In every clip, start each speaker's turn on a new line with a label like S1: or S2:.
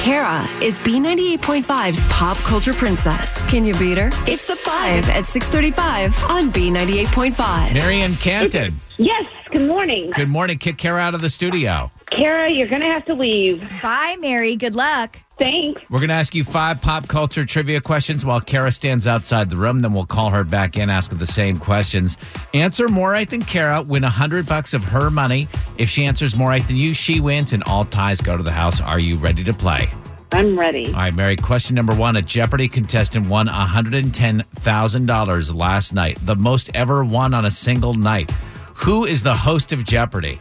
S1: Kara is B98.5's pop culture princess. Can you beat her? It's the 5 at 635 on B98.5.
S2: Marion Canton.
S3: Yes, good morning.
S2: Good morning. Kick Kara out of the studio.
S3: Kara, you're going to have to leave.
S4: Bye, Mary. Good luck.
S3: Thanks.
S2: We're going to ask you five pop culture trivia questions while Kara stands outside the room. Then we'll call her back in, ask her the same questions. Answer more right than Kara, win a hundred bucks of her money. If she answers more right than you, she wins, and all ties go to the house. Are you ready to play?
S3: I'm ready.
S2: All right, Mary. Question number one: A Jeopardy contestant won one hundred and ten thousand dollars last night, the most ever won on a single night. Who is the host of Jeopardy?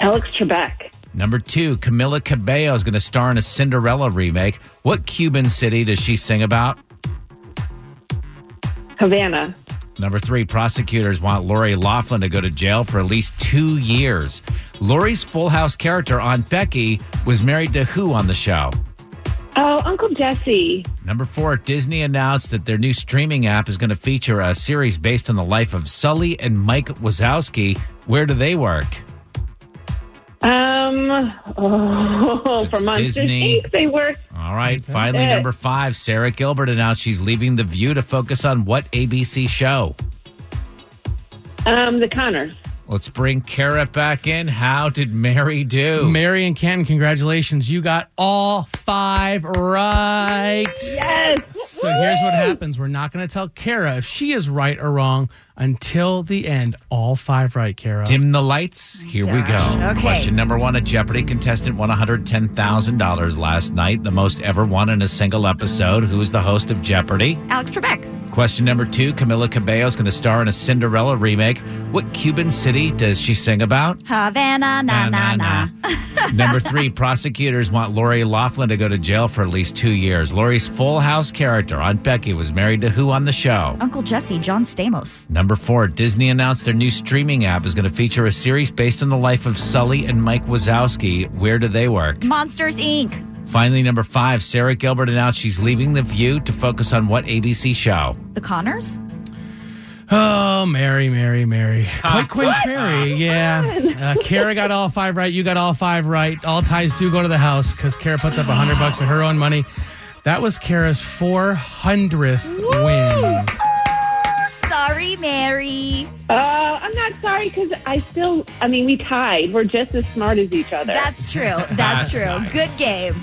S3: Alex Trebek,
S2: Number two, Camila Cabello is going to star in a Cinderella remake. What Cuban city does she sing about?
S3: Havana,
S2: Number three, prosecutors want Lori Laughlin to go to jail for at least two years. Lori's Full House character, Aunt Becky, was married to who on the show?
S3: oh, Uncle Jesse,
S2: Number four, Disney announced that their new streaming app is going to feature a series based on the life of Sully and Mike Wazowski. Where do they work?
S3: um, oh, for
S2: It's
S3: months. I
S2: Disney.
S3: think they were.
S2: All right. Finally,
S3: Yeah.
S2: number five, Sarah Gilbert announced she's leaving The View to focus on what ABC show?
S3: Um, the Connors.
S2: Let's bring Kara back in. How did Mary do?
S5: Mary and Ken, congratulations. You got all five right.
S3: Yes.
S5: So here's what happens. We're not going to tell Kara if she is right or wrong until the end. All five right, Kara.
S2: Dim the lights. Here we go.
S4: okay.
S2: Question number one A Jeopardy contestant won $110,000 last night, the most ever won in a single episode. Who is the host of Jeopardy?
S4: Alex Trebek.
S2: Question number two Camila Cabello is going to star in a Cinderella remake. What Cuban city does she sing about?
S4: Havana, na, na, na.
S2: Number three, prosecutors want Lori Laughlin to go to jail for at least two years. Lori's full house character, Aunt Becky, was married to who on the show?
S4: Uncle Jesse, John Stamos.
S2: Number four, Disney announced their new streaming app is going to feature a series based on the life of Sully and Mike Wazowski. Where do they work?
S4: Monsters, Inc.
S2: Finally, number five, Sarah Gilbert announced she's leaving The View to focus on what ABC show?
S4: The Connors.
S5: Oh, Mary, Mary, Mary. Quick, quick, Mary. Yeah. Uh, Kara got all five right. You got all five right. All ties do go to the house because Kara puts up a 100 bucks of her own money. That was Kara's 400th win.
S4: Oh, sorry, Mary.
S3: Uh, I'm not sorry because I still, I mean, we tied. We're just as smart as each other.
S4: That's true. That's, true. Good game.